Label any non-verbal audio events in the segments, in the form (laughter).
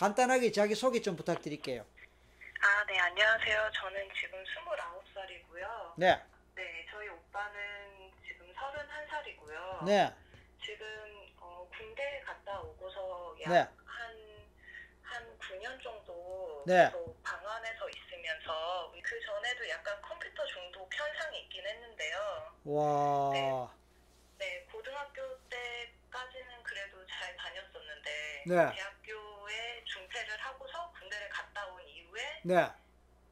간단하게 자기 소개 좀 부탁드릴게요. 아, 네, 안녕하세요. 저는 지금 29살이고요. 네, 네, 저희 오빠는 지금 31살이고요. 네, 지금 어, 군대 갔다 오고서 네. 약 한 한 9년 정도 네. 계속 방 안에서 있으면서 그 전에도 약간 컴퓨터 중독 현상이 있긴 했는데요. 와, 네, 고등학교 때까지는 그래도 잘 다녔었는데 네. 대학교에 중퇴를 하고서 군대를 갔다 온 이후에 네,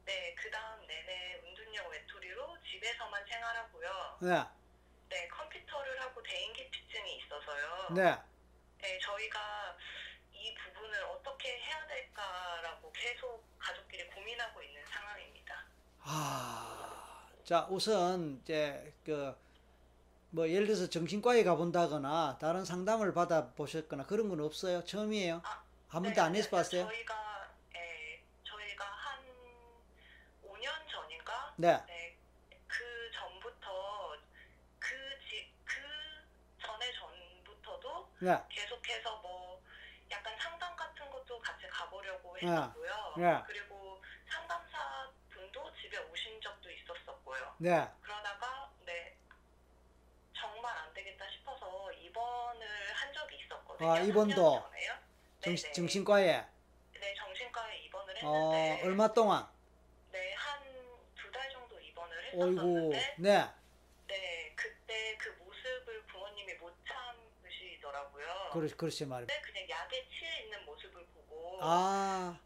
네, 그 다음 내내 은둔형 외톨이로 집에서만 생활하고요. 네, 네, 컴퓨터를 하고 대인기피증이 있어서요. 네, 네, 저희가 이 부분을 어떻게 해야 될까라고 계속 가족끼리 고민하고 있는 상황입니다. 아, 자 우선 이제 그 뭐 예를 들어서 정신과에 가본다거나 다른 상담을 받아 보셨거나 그런 건 없어요? 처음이에요? 한 번도 네, 안 해서 봤어요? 저희가, 예, 저희가 한 5년 전인가? 네, 네, 그 전부터 그 지, 그 전에 전부터도 네, 계속해서 뭐 약간 상담 같은 것도 같이 가보려고 예. 했었고요. 예. 그리고 상담사 분도 집에 오신 적도 있었었고요. 네, 그러다가 네 정말 안 되겠다 싶어서 입원을 한 적이 있었거든요. 아, 삼 년 입원도. 전에요. 정, 네, 네. 정신과에 네 정신과에 입원을 어, 했는데 얼마 동안? 네한 두 달 정도 입원을 어이구, 했었는데 네, 네 그때 그 모습을 부모님이 못 참으시더라고요. 그렇, 그렇지 말이야. 때 그냥 약에 취해 있는 모습을 보고 아,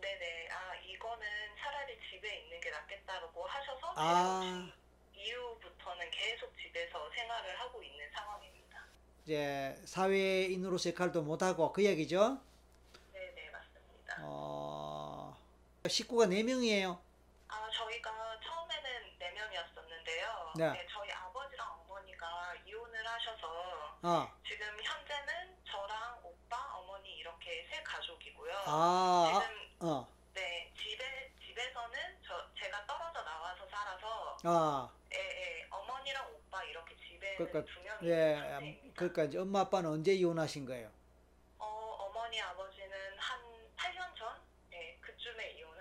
네네 아 이거는 차라리 집에 있는 게 낫겠다라고 하셔서 아. 데려오신 이후부터는 계속 집에서 생활을 하고 있는 상황입니다. 이제 사회인으로서 역할도 못하고 그 얘기죠? 네네 맞습니다. 어, 식구가 네명이에요 아 저희가 처음에는 네 명이었었는데요. 네. 저희 아버지랑 어머니가 이혼을 하셔서 아, 지금 현재는 저랑 오빠 어머니 이렇게 세 가족이고요. 아, 아, 지금 어, 네 집에 집에서는 저 제가 떨어져 나와서 살아서 아, 예, 예. 어머니랑 오빠 이렇게 집에는 그러니까, 두 명이 예, 있는데 그러니까 이제 엄마 아빠는 언제 이혼하신 거예요? 어, 어머니 아버지는 한 8년 전 예, 그쯤에 이혼하셨어요.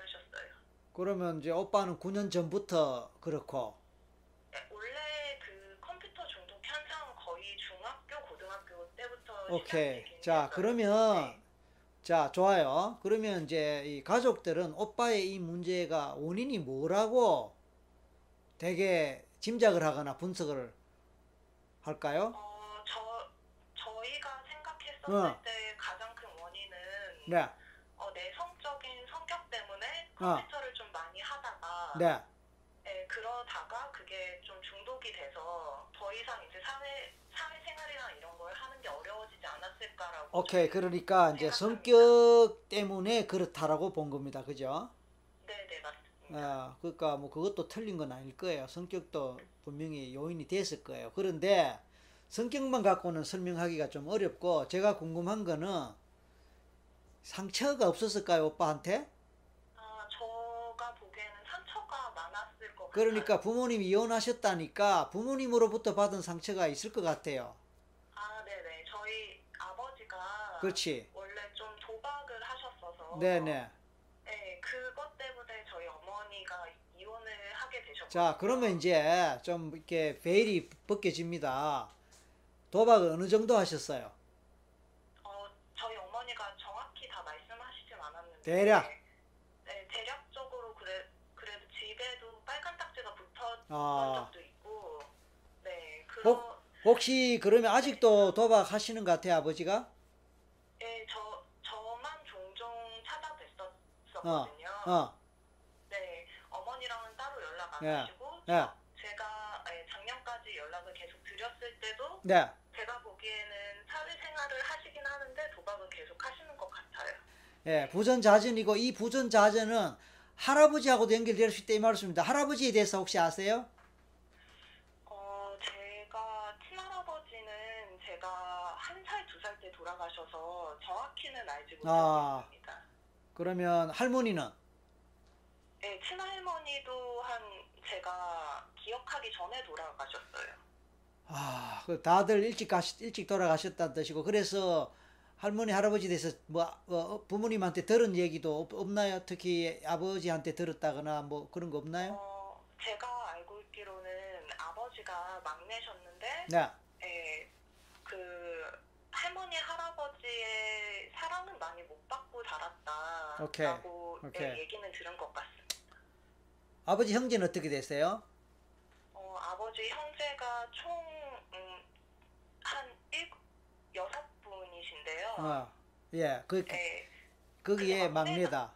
그러면 이제 오빠는 9년 전부터 그렇고, 예, 원래 그 컴퓨터 중독 현상은 거의 중학교 고등학교 때부터 오케이. 시작되긴 자, 했어요. 그러면, 네. 자, 좋아요. 그러면 이제 이 가족들은 오빠의 이 문제가 원인이 뭐라고 되게 짐작을 하거나 분석을 할까요? 어, 저 저희가 생각했었을 어. 때 가장 큰 원인은 네, 어. 어, 내성적인 성격 때문에 컴퓨터를 좀 많이 하다가 네. 네, 그러다가 그게 좀 중독이 돼서 더 이상 이제 사회 사회생활이나 이런 걸 하는 게 어려워지지 않았을까라고. 오케이 좀- 그러니까 이제 생각합니다. 성격 때문에 그렇다라고 본 겁니다 그죠? 네, 네 맞습니다. 아 그러니까 뭐 그것도 틀린 건 아닐 거예요 성격도 분명히 요인이 됐을 거예요 그런데 성격만 갖고는 설명하기가 좀 어렵고 제가 궁금한 거는 상처가 없었을까요 오빠한테? 아, 저가 보기에는 상처가 많았을 것 같아요. 그러니까 부모님이 이혼하셨다니까 부모님으로부터 받은 상처가 있을 것 같아요 아, 네, 네. 저희 아버지가 그렇지? 원래 좀 도박을 하셨어서. 네네 네, 그것 때문에 저희 어머니가 이혼을 하게 되셨고. 자, 그러면 이제 좀 이렇게 베일이 벗겨집니다. 도박을 어느 정도 하셨어요? 어, 저희 어머니가 정확히 다 말씀하시진 않았는데 대략? 네, 대략적으로 그래, 그래도 집에도 빨간 딱지가 붙었던 아, 적도 있고 네, 혹- 그러, 혹시 그러면 아직도 도박 하시는 것 같아요, 아버지가? 예, 저, 저만 종종 찾아뵀었거든요 어, 네, 어머니랑은 따로 연락 안 예, 하시고 예, 제가 예, 작년까지 연락을 계속 드렸을 때도 네. 제가 보기에는 사회생활을 하시긴 하는데 도박은 계속 하시는 것 같아요 예, 부전자전이고 이 부전자전은 할아버지하고도 연결될 수 있다 이 말씀입니다. 할아버지에 대해서 혹시 아세요? 어, 제가 친할아버지는 제가 한 살, 두 살 때 돌아가셔서 정확히는 알지 못하고 아. 있습니다. 그러면 할머니는? 네, 친할머니도 한 제가 기억하기 전에 돌아가셨어요. 아, 그 다들 일찍 가시, 일찍 돌아가셨다는 뜻이고 그래서 할머니 할아버지 돼서 뭐 어, 부모님한테 들은 얘기도 없- 없나요? 특히 아버지한테 들었다거나 뭐 그런 거 없나요? 어, 제가 알고 있기로는 아버지가 막내셨는데 네. 예, 그 할머니 할아버지의 사랑은 많이 못 받고 오케이, 자랐다라고 오케이. 예, 얘기는 들은 것 같습니다. 아버지 형제는 어떻게 되세요? 어, 아버지 형제가 음, 총한 일 여섯 분이신데요. 어. 예. 그 예, 거기에 그게 막내다. 막내다.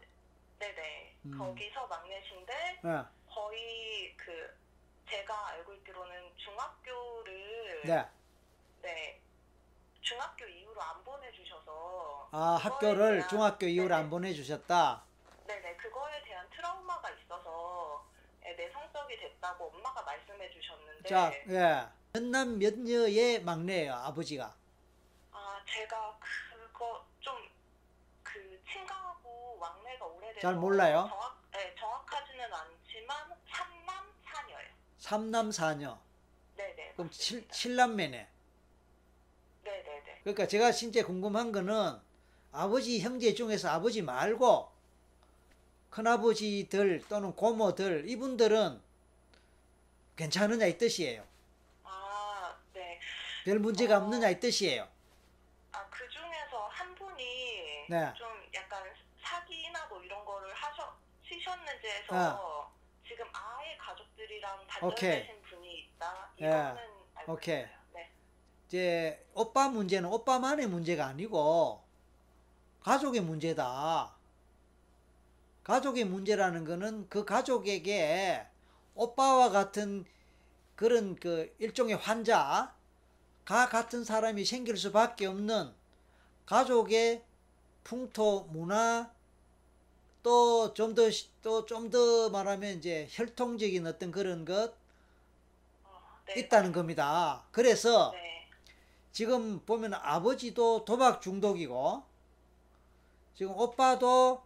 네네. 음. 거기서 막내신데 어. 거의 그 제가 알고 있기로는 중학교를 네. 네, 중학교 이후로 안 보내주셔서 아, 학교를 대한- 중학교 이후로 안 네네. 보내 주셨다. 네네 그거에 대한 트라우마가 있어서 예, 내성적이 됐다고 엄마가 말씀해 주셨는데 자, 예. 몇남 몇녀의 막내예요, 아버지가. 아 제가 그거 좀 그 친가하고 왕래가 오래돼서 잘 몰라요? 정확, 네, 정확하지는 않지만 삼남 사녀예요. 삼남 사녀. 네네. 그럼 칠, 맞습니다. 칠남매네. 네네네. 그러니까 제가 진짜 궁금한 거는 아버지 형제 중에서 아버지 말고 큰아버지들 또는 고모들 이분들은 괜찮으냐 이 뜻이에요. 아 네. 별 문제가 없느냐 이 뜻이에요. 아, 그 중에서 한 분이 네. 좀 약간 사기나 뭐 이런 거를 하셔, 치셨는지 해서 네. 지금 아예 가족들이랑 단절되신 분이 있다. 예. 이거는 알고 오케이. 있어요. 네. 이제 오빠 문제는 오빠만의 문제가 아니고 가족의 문제다. 가족의 문제라는 거는 그 가족에게 오빠와 같은 그런 그 일종의 환자가 같은 사람이 생길 수밖에 없는 가족의 풍토 문화 또 좀 더 또 좀 더 말하면 이제 혈통적인 어떤 그런 것 어, 네. 있다는 겁니다. 그래서 네. 지금 보면 아버지도 도박 중독이고 지금 오빠도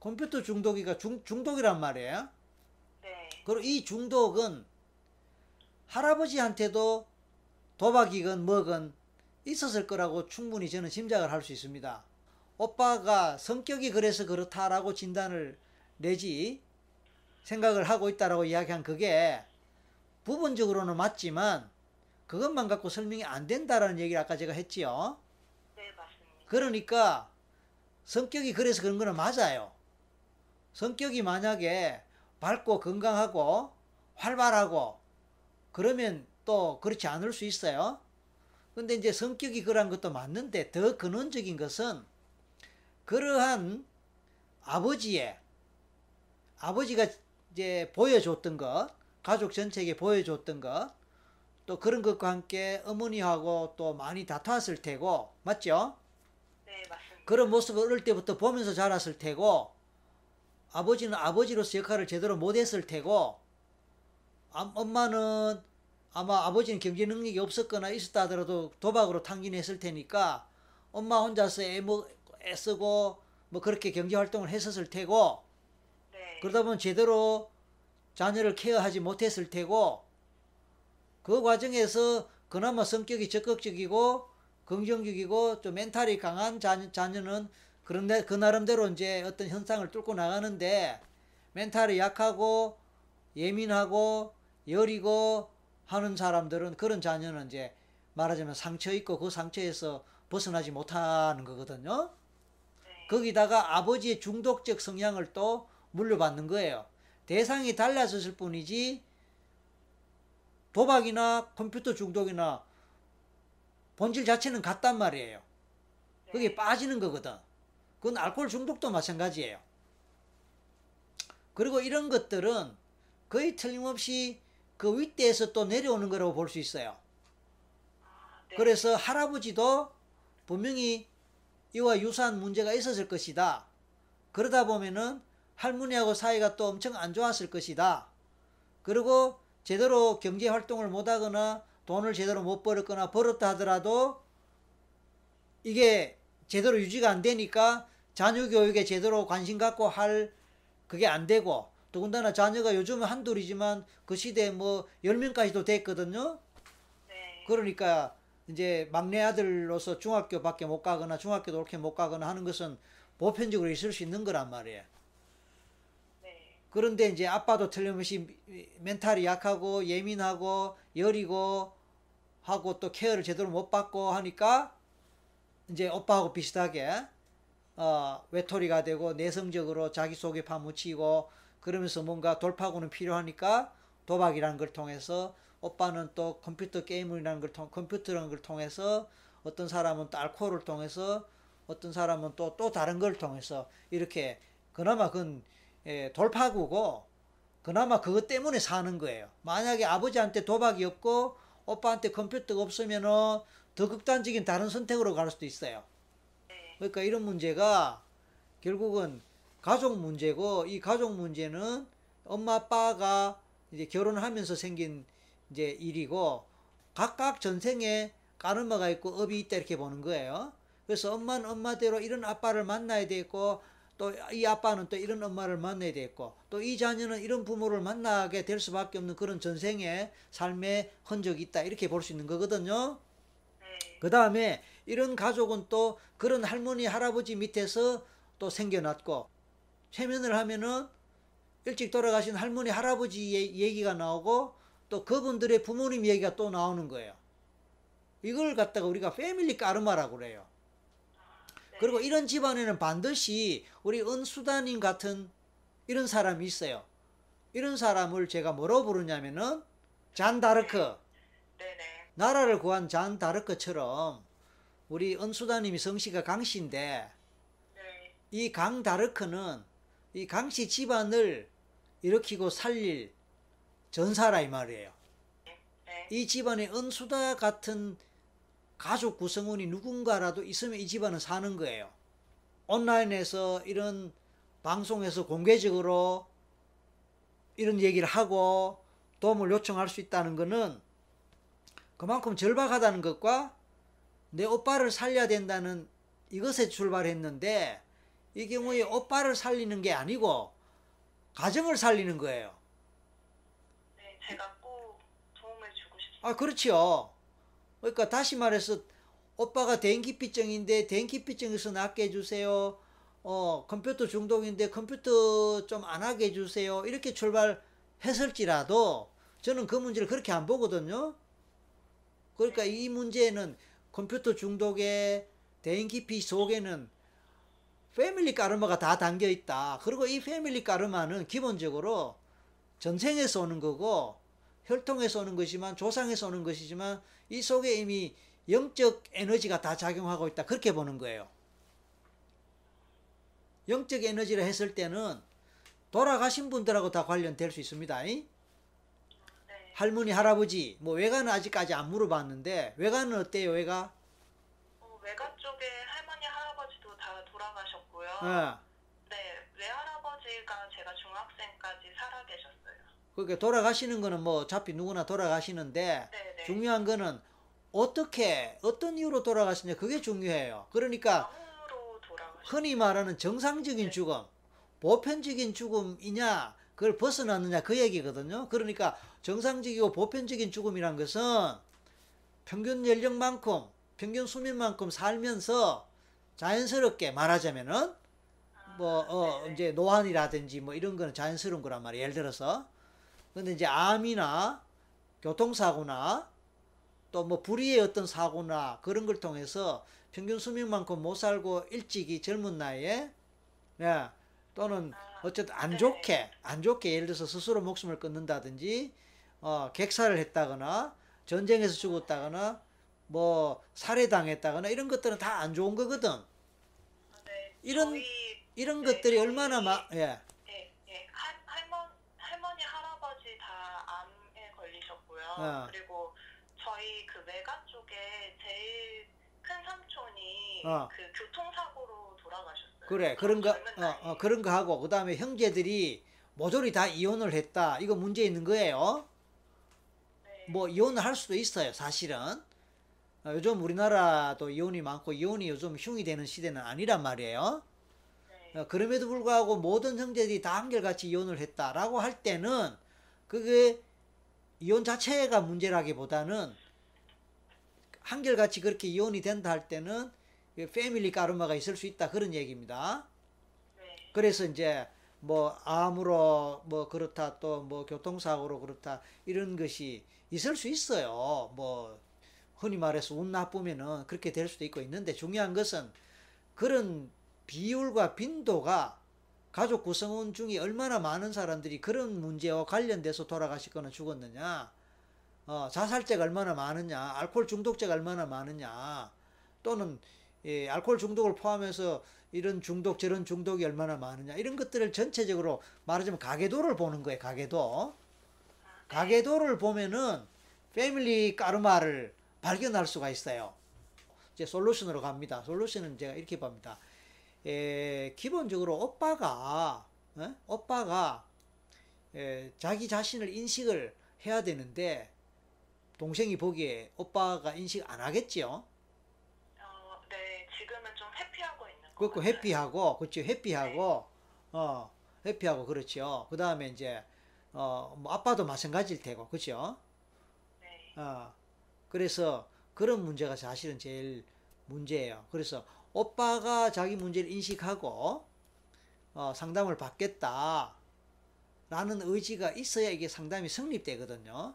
컴퓨터 중독이가 중, 중독이란 말이에요. 네. 그리고 이 중독은 할아버지한테도 도박이건 뭐건 있었을 거라고 충분히 저는 짐작을 할 수 있습니다. 오빠가 성격이 그래서 그렇다라고 진단을 내지 생각을 하고 있다라고 이야기한 그게 부분적으로는 맞지만 그것만 갖고 설명이 안 된다라는 얘기를 아까 제가 했지요. 네, 맞습니다. 그러니까 성격이 그래서 그런 거는 맞아요. 성격이 만약에 밝고 건강하고 활발하고 그러면 또 그렇지 않을 수 있어요. 근데 이제 성격이 그러한 것도 맞는데 더 근원적인 것은 그러한 아버지의 아버지가 이제 보여줬던 것, 가족 전체에게 보여줬던 것, 또 그런 것과 함께 어머니하고 또 많이 다투었을 테고, 맞죠? 네, 맞습니다. 그런 모습을 어릴 때부터 보면서 자랐을 테고 아버지는 아버지로서 역할을 제대로 못했을 테고 암- 엄마는 아마 아버지는 경제 능력이 없었거나 있었다 하더라도 도박으로 탕진했을 테니까 엄마 혼자서 애먹 애쓰고 뭐 그렇게 경제 활동을 했었을 테고 네. 그러다 보면 제대로 자녀를 케어하지 못했을 테고 그 과정에서 그나마 성격이 적극적이고 긍정적이고 좀 멘탈이 강한 자녀, 자녀는 그런데 그 나름대로 이제 어떤 현상을 뚫고 나가는데 멘탈이 약하고 예민하고 여리고 하는 사람들은 그런 자녀는 이제 말하자면 상처 있고 그 상처에서 벗어나지 못하는 거거든요. 네. 거기다가 아버지의 중독적 성향을 또 물려받는 거예요. 대상이 달라졌을 뿐이지 도박이나 컴퓨터 중독이나 본질 자체는 같단 말이에요. 네. 그게 빠지는 거거든. 그건 알코올 중독도 마찬가지예요. 그리고 이런 것들은 거의 틀림없이 그 윗대에서 또 내려오는 거라고 볼 수 있어요. 네. 그래서 할아버지도 분명히 이와 유사한 문제가 있었을 것이다. 그러다 보면은 할머니하고 사이가 또 엄청 안 좋았을 것이다. 그리고 제대로 경제 활동을 못하거나 돈을 제대로 못 벌었거나 벌었다 하더라도 이게 제대로 유지가 안 되니까 자녀 교육에 제대로 관심 갖고 할 그게 안 되고 더군다나 자녀가 요즘은 한둘이지만 그 시대에 뭐 열명까지도 됐거든요. 네. 그러니까 이제 막내 아들로서 중학교밖에 못 가거나 중학교도 그렇게 못 가거나 하는 것은 보편적으로 있을 수 있는 거란 말이에요. 네. 그런데 이제 아빠도 틀림없이 멘탈이 약하고 예민하고 여리고 하고 또 케어를 제대로 못 받고 하니까 이제 오빠하고 비슷하게 어, 외톨이가 되고 내성적으로 자기 속에 파묻히고 그러면서 뭔가 돌파구는 필요하니까 도박이라는 걸 통해서 오빠는 또 컴퓨터 게임이라는 걸 통, 컴퓨터라는 걸 통해서 어떤 사람은 또 알코올을 통해서 어떤 사람은 또 또 다른 걸 통해서 이렇게 그나마 그건 예, 돌파구고 그나마 그것 때문에 사는 거예요. 만약에 아버지한테 도박이 없고 오빠한테 컴퓨터가 없으면은 더 극단적인 다른 선택으로 갈 수도 있어요. 네. 그러니까 이런 문제가 결국은 가족 문제고 이 가족 문제는 엄마 아빠가 이제 결혼하면서 생긴 이제 일이고 각각 전생에 까르마가 있고 업이 있다 이렇게 보는 거예요. 그래서 엄마는 엄마대로 이런 아빠를 만나야 되고 또 이 아빠는 또 이런 엄마를 만나야 되고 또 이 자녀는 이런 부모를 만나게 될 수밖에 없는 그런 전생의 삶의 흔적이 있다 이렇게 볼 수 있는 거거든요. 네. 그 다음에 이런 가족은 또 그런 할머니 할아버지 밑에서 또 생겨났고 최면을 하면은 일찍 돌아가신 할머니 할아버지 얘- 얘기가 나오고 또 그분들의 부모님 얘기가 또 나오는 거예요. 이걸 갖다가 우리가 패밀리 까르마라고 그래요. 네. 그리고 이런 집안에는 반드시 우리 은수다님 같은 이런 사람이 있어요. 이런 사람을 제가 뭐로 부르냐면은 잔 다르크. 네네. 나라를 구한 잔 다르크처럼 우리 은수다님이 성씨가 강씨인데 네. 이 강 다르크는 이 강씨 집안을 일으키고 살릴 전사라 이 말이에요. 네. 이 집안에 은수다 같은 가족 구성원이 누군가라도 있으면 이 집안은 사는 거예요. 온라인에서 이런 방송에서 공개적으로 이런 얘기를 하고 도움을 요청할 수 있다는 거는 그만큼 절박하다는 것과 내 오빠를 살려야 된다는 이것에 출발했는데 이 경우에 오빠를 살리는 게 아니고 가정을 살리는 거예요. 네. 제가 꼭 도움을 주고 싶습니다. 아, 그렇지요. 그러니까 다시 말해서 오빠가 대인기피증인데 대인기피증에서 낫게 해주세요. 어, 컴퓨터 중독인데 컴퓨터 좀 안 하게 해주세요. 이렇게 출발했을지라도 저는 그 문제를 그렇게 안 보거든요. 그러니까 이 문제는 컴퓨터 중독에 대인기피 속에는 패밀리 까르마가 다 담겨 있다. 그리고 이 패밀리 까르마는 기본적으로 전생에서 오는 거고 혈통에서 오는 것이지만 조상에서 오는 것이지만 이 속에 이미 영적 에너지가 다 작용하고 있다 그렇게 보는 거예요. 영적 에너지를 했을 때는 돌아가신 분들하고 다 관련될 수 있습니다. 이? 네. 할머니, 할아버지, 뭐 외가는 아직까지 안 물어봤는데 외가는 어때요? 외가? 어, 외가 쪽에 할머니 할아버지도 다 돌아가셨고요. 예. 네, 외할아버지가 제가 중학생까지 살아계셨어요. 그러니까 돌아가시는 거는 뭐 어차피 누구나 돌아가시는데 네, 네. 중요한 거는 어떻게 어떤 이유로 돌아가시냐 그게 중요해요. 그러니까 암으로 돌아가셨어요. 흔히 말하는 정상적인 네. 죽음, 보편적인 죽음이냐, 그걸 벗어났느냐 그 얘기거든요. 그러니까 정상적이고 보편적인 죽음이란 것은 평균 연령만큼, 평균 수명만큼 살면서 자연스럽게 말하자면은 뭐, 어, 아, 네네. 이제 노안이라든지 뭐 이런 거는 자연스러운 거란 말이에요. 예를 들어서. 근데 이제 암이나 교통사고나 또 뭐 불의의 어떤 사고나 그런 걸 통해서 평균 수명만큼 못 살고 일찍이 젊은 나이에, 예, 또는 아, 어쨌든 안 네. 좋게, 안 좋게 예를 들어서 스스로 목숨을 끊는다든지, 어, 객사를 했다거나, 전쟁에서 죽었다거나, 뭐, 살해당했다거나 이런 것들은 다 안 좋은 거거든. 네. 이런- 저희, 이런 네, 것들이 저희- 얼마나 마, 예. 예, 예. 할, 할머, 할머니 할아버지 다 암에 걸리셨고요. 아. 그리고 저희 그 외가 쪽에 제일 큰 삼촌이 아. 그 교통사고로 돌아가셨어요. 그래 그런 거 젊은 어, 어, 나이에. 그런 거 하고 그다음에 형제들이 모조리 다 이혼을 했다 이거 문제 있는 거예요 네. 뭐 이혼을 할 수도 있어요 사실은 어, 요즘 우리나라도 이혼이 많고 이혼이 요즘 흉이 되는 시대는 아니란 말이에요 네. 어, 그럼에도 불구하고 모든 형제들이 다 한결같이 이혼을 했다라고 할 때는 그게 이혼 자체가 문제라기보다는 한결같이 그렇게 이혼이 된다 할 때는 이 패밀리 까르마가 있을 수 있다 그런 얘기입니다. 네. 그래서 이제 뭐 암으로 뭐 그렇다 또 뭐 교통사고로 그렇다 이런 것이 있을 수 있어요. 뭐 흔히 말해서 운 나쁘면은 그렇게 될 수도 있고 있는데 중요한 것은 그런 비율과 빈도가 가족 구성원 중에 얼마나 많은 사람들이 그런 문제와 관련돼서 돌아가시거나 죽었느냐, 어, 자살자가 얼마나 많으냐, 알코올 중독자가 얼마나 많으냐, 또는 예, 알코올 중독을 포함해서 이런 중독 저런 중독이 얼마나 많으냐 이런 것들을 전체적으로 말하자면 가계도를 보는 거예요 가계도 가계도를 보면은 패밀리 까르마를 발견할 수가 있어요 이제 솔루션으로 갑니다 솔루션은 제가 이렇게 봅니다 에, 기본적으로 오빠가 어? 오빠가 에, 자기 자신을 인식을 해야 되는데 동생이 보기에 오빠가 인식 안 하겠지요 어, 네. 지금은 좀 회피하고 있는 거. 그렇고 해피하고 그렇죠 해피하고 어 해피하고 그렇죠 그 다음에 이제 어뭐 아빠도 마찬가지일 테고 그렇죠 네. 어 그래서 그런 문제가 사실은 제일 문제예요 그래서 오빠가 자기 문제를 인식하고 어 상담을 받겠다 라는 의지가 있어야 이게 상담이 성립되거든요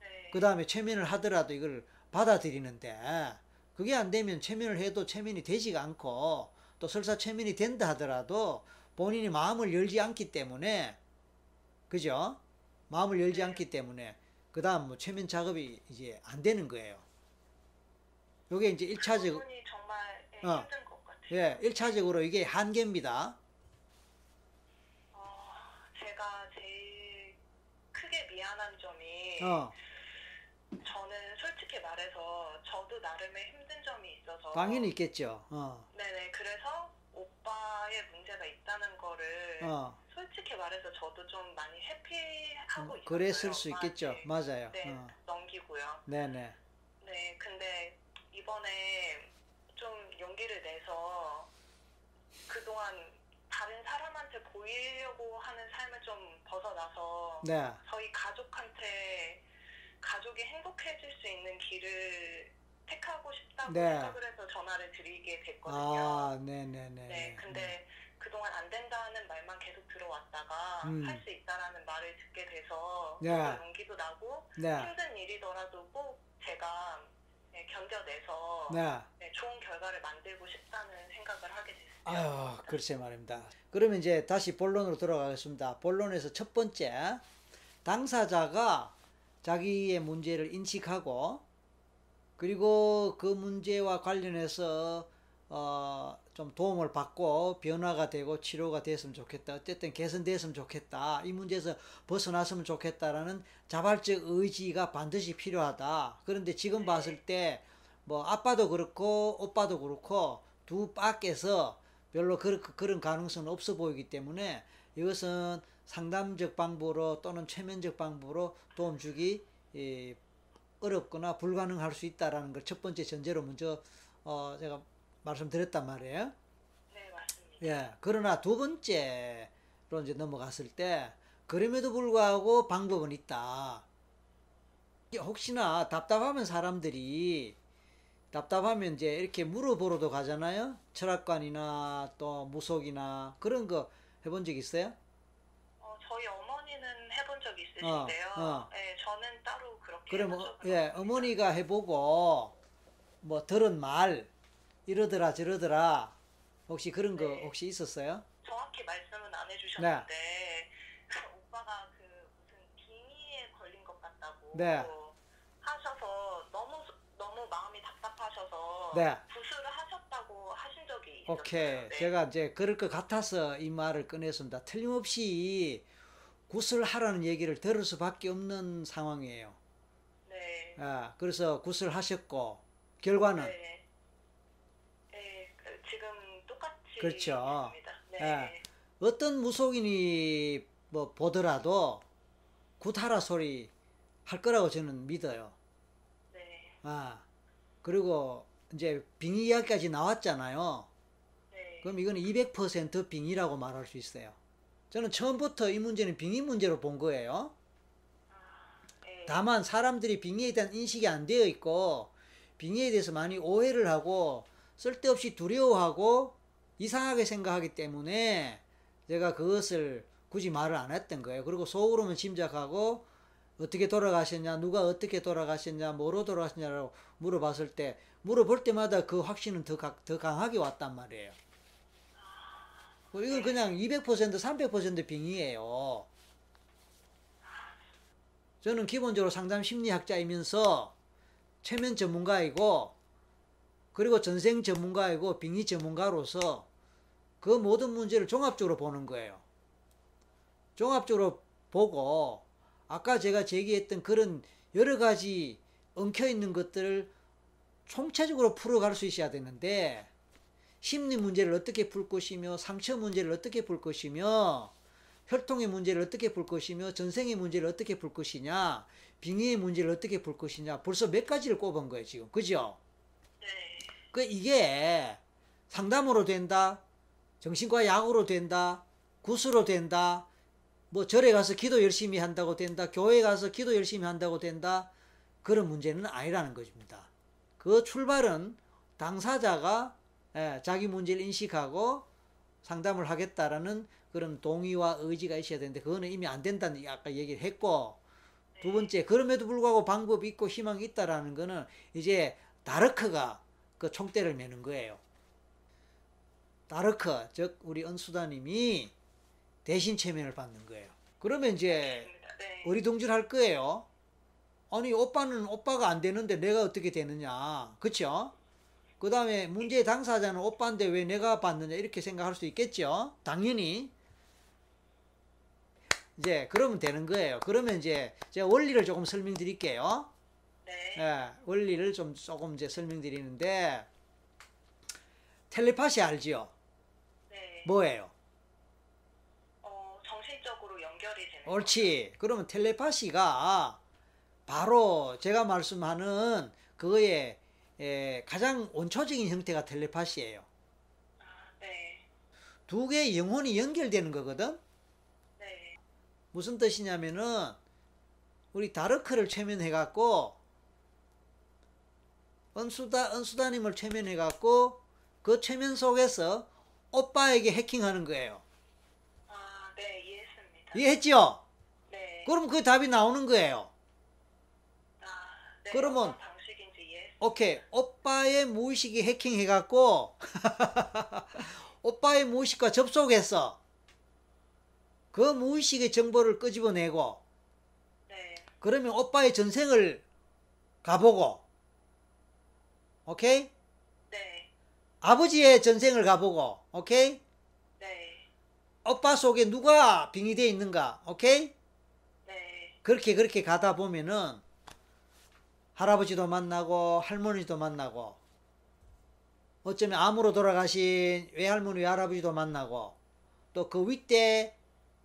네. 그 다음에 최면을 하더라도 이걸 받아들이는데 그게 안 되면 최면을 해도 최면이 되지가 않고 또 설사 최면이 된다 하더라도 본인이 마음을 열지 않기 때문에 그죠? 마음을 열지 네. 않기 때문에 그 다음 뭐 최면 작업이 이제 안 되는 거예요. 요게 이제 일차적그 부분이 정말 예, 어. 힘든 것 같아요. 예, 1차적으로 이게 한계입니다. 어, 제가 제일 크게 미안한 점이 어, 저는 솔직히 말해서 저도 나름의 힘든 점이 있어서 당연히 있겠죠. 어, 네네 그래서 오빠의 문제가 있다는 거를 어, 솔직히 말해서 저도 좀 많이 회피하고 있어요. 음, 그랬을 수 있겠죠. 맞아요. 네 어, 넘기고요. 네네. 네 근데 이번에 좀 용기를 내서 그동안 다른 사람한테 보이려고 하는 삶을 좀 벗어나서 네. 저희 가족한테 가족이 행복해질 수 있는 길을 택하고 싶다고 네. 생각을 해서 전화를 드리게 됐거든요. 아, 네네네. 네, 근데 그동안 안 된다는 말만 계속 들어왔다가 음. 할 수 있다라는 말을 듣게 돼서 네. 뭔가 용기도 나고 네, 힘든 일이더라도 꼭 제가 네, 견뎌내서 네. 네, 좋은 결과를 만들고 싶다는 생각을 하게 됐어요. 아유, 글쎄 말입니다. 그러면 이제 다시 본론으로 돌아가겠습니다. 본론에서 첫 번째, 당사자가 자기의 문제를 인식하고, 그리고 그 문제와 관련해서, 어, 좀 도움을 받고, 변화가 되고, 치료가 됐으면 좋겠다. 어쨌든 개선됐으면 좋겠다. 이 문제에서 벗어났으면 좋겠다라는 자발적 의지가 반드시 필요하다. 그런데 지금 네. 봤을 때, 뭐, 아빠도 그렇고, 오빠도 그렇고, 두 밖에서 별로 그, 그런 가능성은 없어 보이기 때문에 이것은 상담적 방법으로 또는 최면적 방법으로 도움 주기 예, 어렵거나 불가능할 수 있다라는 걸 첫 번째 전제로 먼저 어, 제가 말씀드렸단 말이에요. 네, 맞습니다. 예. 그러나 두 번째로 이제 넘어갔을 때 그럼에도 불구하고 방법은 있다. 이게 혹시나 답답하면 사람들이 답답하면 이제 이렇게 물어보러도 가잖아요. 철학관이나 또 무속이나 그런 거 해본 적 있어요? 어, 저희 어머니는 해본 적 있으신데요. 어, 어. 네, 저는 따로 그렇게 그럼 해본 어, 적은 예, 없습니다. 어머니가 해보고 뭐 들은 말 이러더라 저러더라 혹시 그런 거 네. 혹시 있었어요? 정확히 말씀은 안 해주셨는데 네. 오빠가 그 무슨 빙의에 걸린 것 같다고 네. 하셔서 너무 너무 마음이 답답하셔서 네. 부수를 하셨다고 하신 적이 있었어요. 오케이. 네. 제가 이제 그럴 것 같아서 이 말을 꺼냈습니다. 틀림없이 구슬하라는 얘기를 들을 수밖에 없는 상황이에요. 네. 아, 그래서 구슬하셨고 결과는 네. 네. 그 지금 똑같이 그렇죠. 있습니다. 네. 예. 어떤 무속인이 뭐 보더라도 구타라 소리 할 거라고 저는 믿어요. 네. 아, 그리고 이제 빙의 이야기까지 나왔잖아요. 네. 그럼 이거는 200% 빙의라고 말할 수 있어요. 저는 처음부터 이 문제는 빙의 문제로 본 거예요. 아, 네. 다만 사람들이 빙의에 대한 인식이 안 되어 있고 빙의에 대해서 많이 오해를 하고 쓸데없이 두려워하고 이상하게 생각하기 때문에 제가 그것을 굳이 말을 안 했던 거예요. 그리고 속으로만 짐작하고 어떻게 돌아가셨냐, 누가 어떻게 돌아가셨냐, 뭐로 돌아가셨냐라고 물어봤을 때 물어볼 때마다 그 확신은 더, 강, 더 강하게 왔단 말이에요. 뭐 이건 그냥 200% 300% 빙의예요. 저는 기본적으로 상담 심리학자이면서 최면 전문가이고 그리고 전생 전문가이고 빙의 전문가로서 그 모든 문제를 종합적으로 보는 거예요. 종합적으로 보고 아까 제가 제기했던 그런 여러 가지 엉켜 있는 것들을 총체적으로 풀어갈 수 있어야 되는데 심리 문제를 어떻게 풀 것이며 상처 문제를 어떻게 풀 것이며 혈통의 문제를 어떻게 풀 것이며 전생의 문제를 어떻게 풀 것이냐 빙의의 문제를 어떻게 풀 것이냐 벌써 몇 가지를 꼽은 거예요 지금 그죠? 네. 그 이게 상담으로 된다, 정신과 약으로 된다, 구수로 된다, 뭐 절에 가서 기도 열심히 한다고 된다, 교회 가서 기도 열심히 한다고 된다 그런 문제는 아니라는 것입니다. 그 출발은 당사자가 예, 자기 문제를 인식하고 상담을 하겠다라는 그런 동의와 의지가 있어야 되는데 그거는 이미 안 된다는 얘기 아까 얘기를 했고 네. 두 번째 그럼에도 불구하고 방법이 있고 희망이 있다라는 거는 이제 다르크가 그 총대를 매는 거예요. 다르크 즉 우리 은수다님이 대신 체면을 받는 거예요. 그러면 이제 알겠습니다. 네. 어리둥절할 거예요. 아니 오빠는 오빠가 안 되는데 내가 어떻게 되느냐, 그렇죠? 그 다음에 문제의 당사자는 오빠인데 왜 내가 받느냐 이렇게 생각할 수 있겠죠. 당연히 이제 그러면 되는 거예요. 그러면 이제 제가 원리를 조금 설명드릴게요. 네. 예, 원리를 좀 조금 이제 설명드리는데 텔레파시 알지요? 네. 뭐예요? 어, 정신적으로 연결이 되는 옳지. 그러면 텔레파시가 바로 제가 말씀하는 그거의 에, 가장 원초적인 형태가 텔레파시예요. 거죠. 네. 두 개의 영혼이 연결되는 거거든. 네. 무슨 뜻이냐면은 우리 다르크를 최면해 갖고 은수다 은수다님을 최면해 갖고 그 최면 속에서 오빠에게 해킹하는 거예요. 아, 네, 이해했습니다. 이해했죠? 네. 그럼 그 답이 나오는 거예요. 아, 네. 그러면- 어떤 방식인지 이해했습니다. 오케이 오빠의 무의식이 해킹해갖고 (laughs) 오빠의 무의식과 접속해서 그 무의식의 정보를 끄집어내고 네. 그러면 오빠의 전생을 가보고 오케이 네. 아버지의 전생을 가보고 오케이 네. 오빠 속에 누가 빙의돼 있는가 오케이 네. 그렇게 그렇게 가다 보면은 할아버지도 만나고 할머니도 만나고 어쩌면 암으로 돌아가신 외할머니 외할아버지도 만나고 또 그 윗대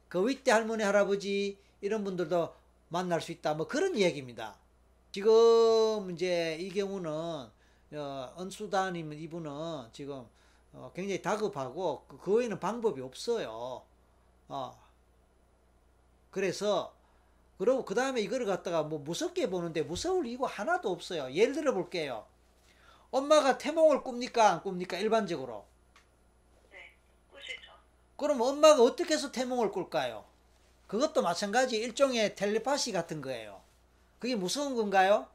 그 윗대 할머니 할아버지 이런 분들도 만날 수 있다 뭐 그런 얘기입니다. 지금 이제 이 경우는 어, 은수다님 이분은 지금 어, 굉장히 다급하고 그- 그 외에는 방법이 없어요. 어. 그래서 그리고 그 다음에 이거를 갖다가 뭐 무섭게 보는데 무서울 이유가 하나도 없어요. 예를 들어 볼게요. 엄마가 태몽을 꿉니까 안 꿉니까 일반적으로? 네. 꾸시죠. 그럼 엄마가 어떻게 해서 태몽을 꿀까요? 그것도 마찬가지 일종의 텔레파시 같은 거예요. 그게 무서운 건가요?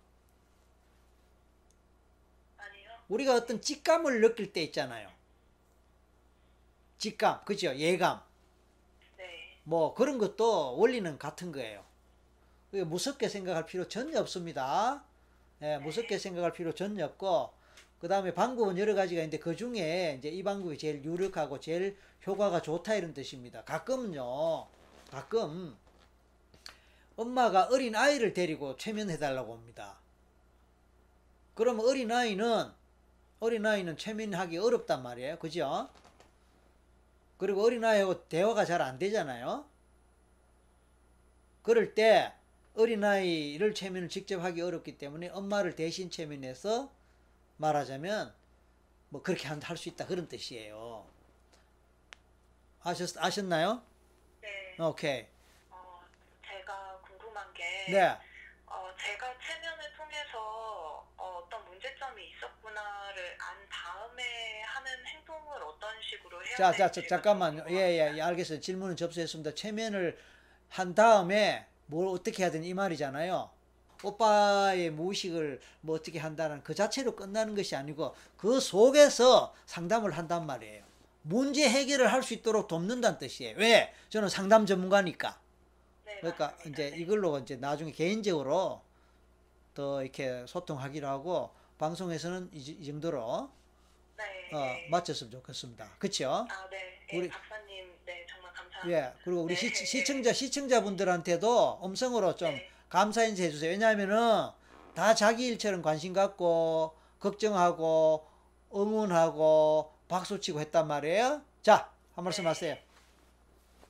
아니요. 우리가 어떤 직감을 느낄 때 있잖아요. 직감, 그죠? 예감. 네. 뭐 그런 것도 원리는 같은 거예요. 그게 무섭게 생각할 필요 전혀 없습니다. 예, 무섭게 생각할 필요 전혀 없고 그 다음에 방법은 여러 가지가 있는데 그 중에 이제 이 방법이 제일 유력하고 제일 효과가 좋다 이런 뜻입니다. 가끔은요, 가끔 엄마가 어린 아이를 데리고 최면해달라고 옵니다. 그럼 어린 아이는 어린 아이는 최면하기 어렵단 말이에요, 그죠? 그리고 어린아이하고 대화가 잘 안 되잖아요. 그럴 때 어린아이를 체면을 직접 하기 어렵기 때문에 엄마를 대신 체면해서 말하자면 뭐 그렇게 할 수 있다 그런 뜻이에요. 아셨, 아셨나요? 네. 오케이. 어, 제가 궁금한 게 네. 어, 제가 체면을 통해서 어, 어떤 문제점이 자, 자, 자, 잠깐만요. 예, 예, 예, 알겠어요. 질문은 접수했습니다. 체면을 한 다음에 뭘 어떻게 해야 되는 이 말이잖아요. 오빠의 무의식을 뭐 어떻게 한다는 그 자체로 끝나는 것이 아니고 그 속에서 상담을 한단 말이에요. 문제 해결을 할 수 있도록 돕는다는 뜻이에요. 왜? 저는 상담 전문가니까. 네, 그러니까 맞습니다. 이제 네. 이걸로 이제 나중에 개인적으로 더 이렇게 소통하기로 하고 방송에서는 이, 이 정도로 어, 네. 예. 마쳤으면 좋겠습니다. 그렇죠? 아, 네. 예, 우리- 박사님, 네, 정말 감사합니다. 예, 그리고 우리 네, 시, 네. 시청자, 시청자분들한테도 음성으로 좀 네. 감사인지 해주세요. 왜냐하면은 다 자기 일처럼 관심 갖고, 걱정하고, 응원하고, 박수치고 했단 말이에요. 자, 한 말씀 네. 하세요.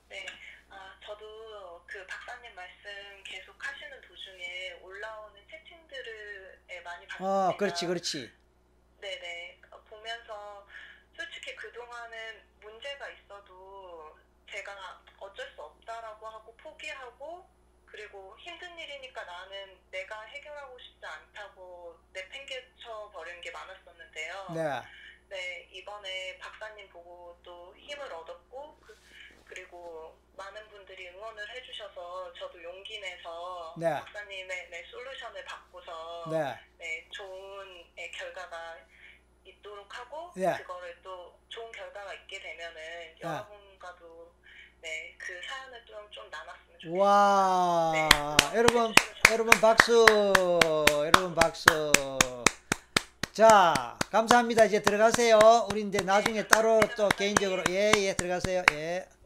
네, 아, 저도 그 박사님 말씀 계속 하시는 도중에 올라오는 채팅들을 예, 많이 봤습니다. 어, 그렇지, 그렇지. 네네. 어, 보면서 솔직히 그동안은 문제가 있어도 제가 어쩔 수 없다라고 하고 포기하고 그리고 힘든 일이니까 나는 내가 해결하고 싶지 않다고 내팽개쳐 버린 게 많았었는데요. 네, 네, 이번에 박사님 보고 또 힘을 얻었고, 그, 리고 많은 분들이 응원을 해주셔서 저도 용기 내서 네. 박사님의 네, 솔루션을 받고서 네. 네, 좋은 네, 결과가 있도록 하고, 네. 그거를 또 좋은 결과가 있게 예. 되면은 여러분과도 네, 그 사연을 좀, 좀 나눴으면 좋겠습니다. 와, 네, 여러분, 해주셔서 여러분 박수, 여러분 박수. 자, 감사합니다. 이제 들어가세요. 우리 이제 나중에 따로 또 개인적으로 예, 예, 들어가세요. 예.